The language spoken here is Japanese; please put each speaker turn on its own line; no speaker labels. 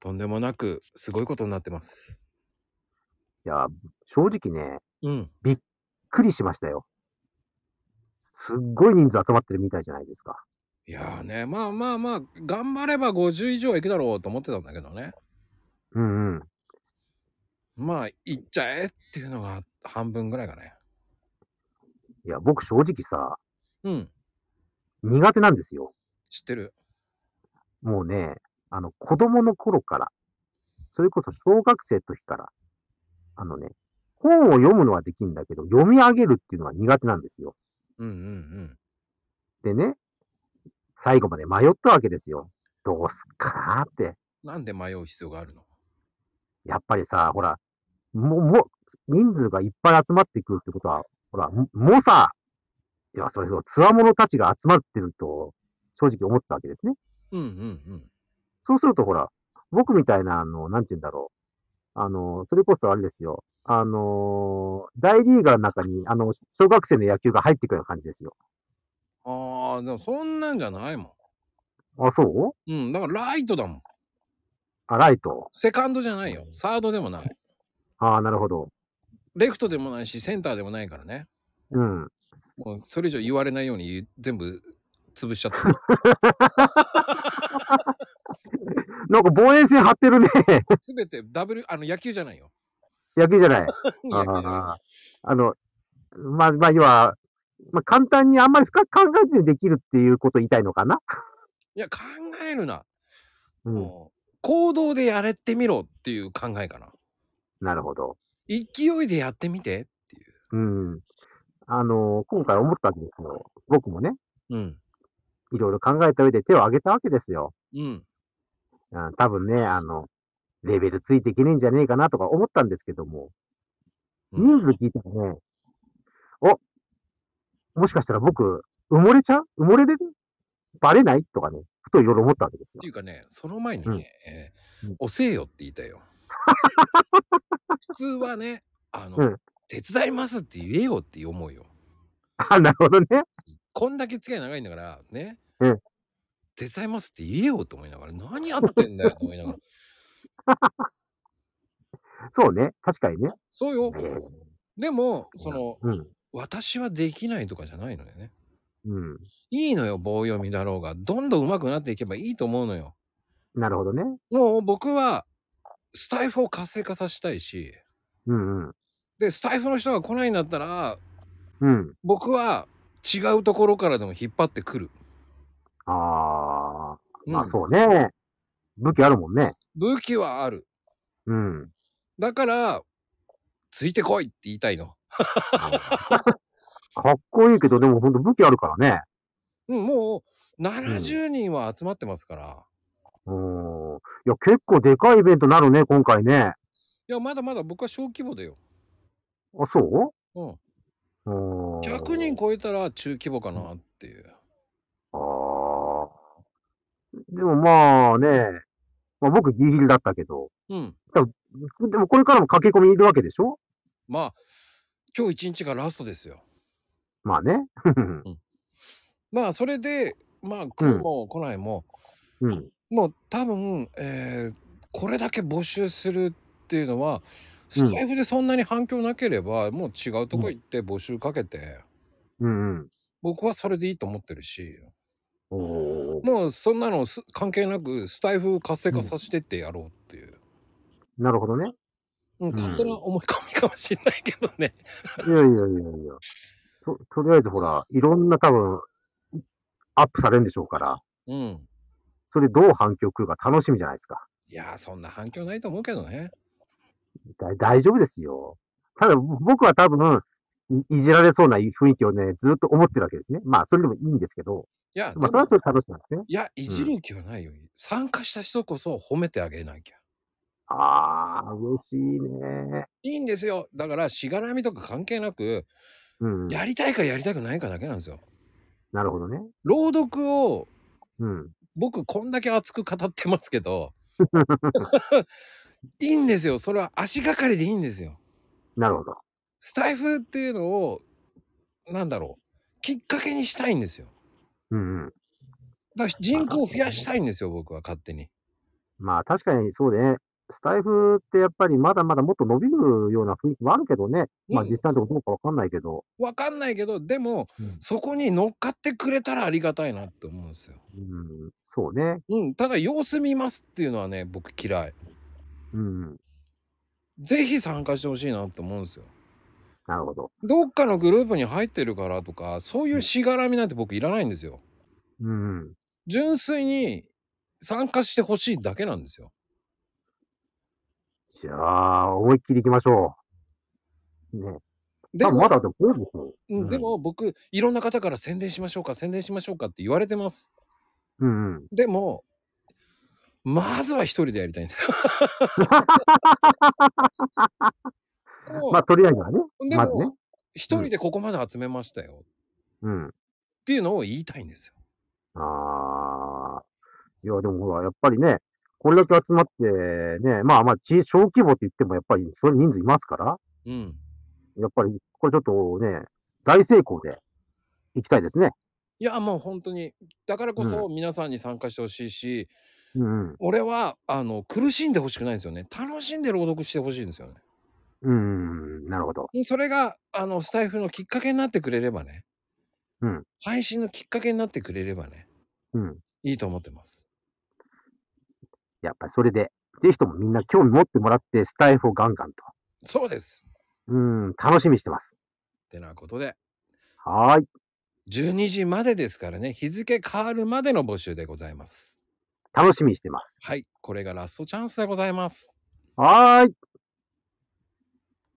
とんでもなくすごいことになってます。
いや、正直ね、
うん。
びっくりしましたよ。すっごい人数集まってるみたいじゃないですか。
いやーね、まあまあまあ、頑張れば50以上はいくだろうと思ってたんだけどね。
うんうん。
まあ、行っちゃえっていうのが半分ぐらいかね。
いや、僕正直さ、
うん。
苦手なんですよ。
知ってる。
もうね、あの、子供の頃から、それこそ小学生の時から、あのね、本を読むのはできるんだけど、読み上げるっていうのは苦手なんですよ。
うんうん
でね、最後まで迷ったわけですよ。どうすっかなって。
うん。なんで迷う必要があるの
やっぱりさ、ほら、もう、もう、人数がいっぱい集まってくるってことは、ほら、ももさ、いや、それそう、つわものたちが集まってると、正直思ってたわけですね。
うんうん
そうすると、ほら、僕みたいな、あの、なんて言うんだろう。あの、それこそあれですよ。あのー大リーガーの中に、あの、小学生の野球が入ってくるような感じですよ。
うん。ああ、でもそんなんじゃないも。
あ、そうん
うん。だからライトだもん。
あ、ライト。
セカンドじゃないよ。サードでもない。
ああ、なるほど。
レフトでもないし、センターでもないからね。
うん。
もうそれ以上言われないように全部潰しちゃ った。
なんか防衛線張ってるね。
すべてダブル、あの野球じゃないよ。
野球じゃない。あ
野球じゃない
ああの、まあ、まあ、要は、まあ、簡単にあんまり深く考えずにできるっていうことを言いたいのかない
や、考えるな。
うん。
もう行動でやれてみろっていう考えかな。
なるほど。
勢いでやってみて。
うん。あの、今回思ったわけですよ。僕もね、
うん。
いろいろ考えた上で手を挙げたわけですよ。
うん。
うん、多分ね、あの、レベルついていけねえんじゃねえかなとか思ったんですけども、人数聞いてもね、お、もしかしたら僕、埋もれちゃう埋もれるバレないとかね、ふといろいろ思ったわけです
っ
よ
て。いうかね、その前にね、えー
うん
押せよって言いたい よ。普通はね、あの、
うん
手伝いますって言えよって思うよ。
あ、なるほどね。
こんだけ付き合い長いんだから、ね。
うん
手伝いますって言えよと思いながら、何やってんだよと思いながら。
そうね。確かにね。
そう よ。
えー
でも、その、
うん。
私はできないとかじゃないのよね。
うん。
いいのよ、棒読みだろうが。どんどん上手くなっていけばいいと思うのよ。
なるほどね。
もう僕は、スタイフを活性化させたいし、
うんうん。
で、スタイフの人が来ないんだったら、
うん。
僕は違うところからでも引っ張ってくる。
ああ、
うん
まあそうね。武器あるもんね。
武器はある。
うん。
だから、ついてこいって言いたいの。
かっこいいけど、でも本当武器あるからね。
うん、もう、70人は集まってますから。
うん。いや、結構でかいイベントなるね、今回ね。
いや、まだまだ僕は小規模だよ。
あ、そ
うん。
ううん。
100人超えたら中規模かなっていう。
ああ。でもまあね、まあ僕ギリギリだったけど、
うん。
でもこれからも駆け込みいるわけでしょ
まあ、今日一日がラストですよ。
まあね。
まあ、それで、まあ、来るも来ないも、
うん。
もう多分、えーこれだけ募集するっていうのは、スタイフでそんなに反響なければ、もう違うとこ行って募集かけて、
うんうん。
僕はそれでいいと思ってるし、
おー
もうそんなのす関係なく、スタイフ活性化させてってやろうっていう。
なるほどね。
うん、
ん
勝手な思い込みかもしれないけどね。
いやいやいやいや。と、とりあえずほら、いろんな多分、アップされるんでしょうから、
うん。
それどう反響来るか楽しみじゃないですか。
いやー、そんな反響ないと思うけどね。
だ大丈夫ですよ。ただ、ぼ僕は多分、いいじられそうな雰囲気をね、ずっと思ってるわけですね。まあ、それでもいいんですけど、
いや、
まあ、それはそれで楽しみなんですね。
いや、いじる気はないよ。参加した人こそ褒めてあげなきゃ。
ああ、嬉しいね。
いいんですよ。だから、しがらみとか関係なく、
うん。
やりたいかやりたくないかだけなんですよ。
なるほどね。
朗読を、
うん。
僕、こんだけ熱く語ってますけ ど、いいんですよ。それは足がかりでいいんですよ。
なるほど。
スタイフっていうのを、なんだろう、きっかけにしたいんですよ。
うんうん。
だから人口を増やしたいんですよ、僕は勝手に。
まあ確かにそうね。スタイフってやっぱりまだまだもっと伸びるような雰囲気もあるけどね。まあ
うん
実際のとこどうかわかんないけど。
わかんないけどでも
うん
そこに乗っかってくれたらありがたいなって思うんですよ。
うん、そうね。
うん、ただ様子見ますっていうのはね僕嫌い。
うん。
ぜひ参加してほしいなって思うんですよ。
なるほど。
どっかのグループに入ってるからとかそういうしがらみなんて僕いらないんですよ。
うん。
純粋に参加してほしいだけなんですよ。
じゃあ、思いっきり行きましょう。ね。
で
多分
も
まだでも多いですよ。
うんでも僕いろんな方から宣伝しましょうか宣伝しましょうかって言われてます。
うんうん。
でもまずは一人でやりたいんですよ。もう
まあとりあえずはね。
で
まずね
も一、人でここまで集めましたよっ
うん。
ていうのを言いたいんですよ。
ああ。いや、でもほら、やっぱりね、これだけ集まって、ね、まあまあ、ち小規模って言っても、やっぱり、それ人数いますから、
うん、
やっぱり、これちょっとね、大成功で、行きたいですね。
いやもう本当にだからこそ皆さんに参加してほしいし、
うんうん。
俺はあの苦しんでほしくないんですよね楽しんで朗読してほしいんですよね。
うんうん、なるほど。
それがあのスタイフのきっかけになってくれればね、
うん
配信のきっかけになってくれればね
うん。
いいと思ってます。
やっぱりそれで、ぜひともみんな興味持ってもらって、スタイフをガンガンと。
そうです
うん、楽しみにしてます。
ってなことで
はーい。
12時までですからね日付変わるまでの募集でございます。
楽しみにしてます。
はいこれがラストチャンスでございます。
はーい。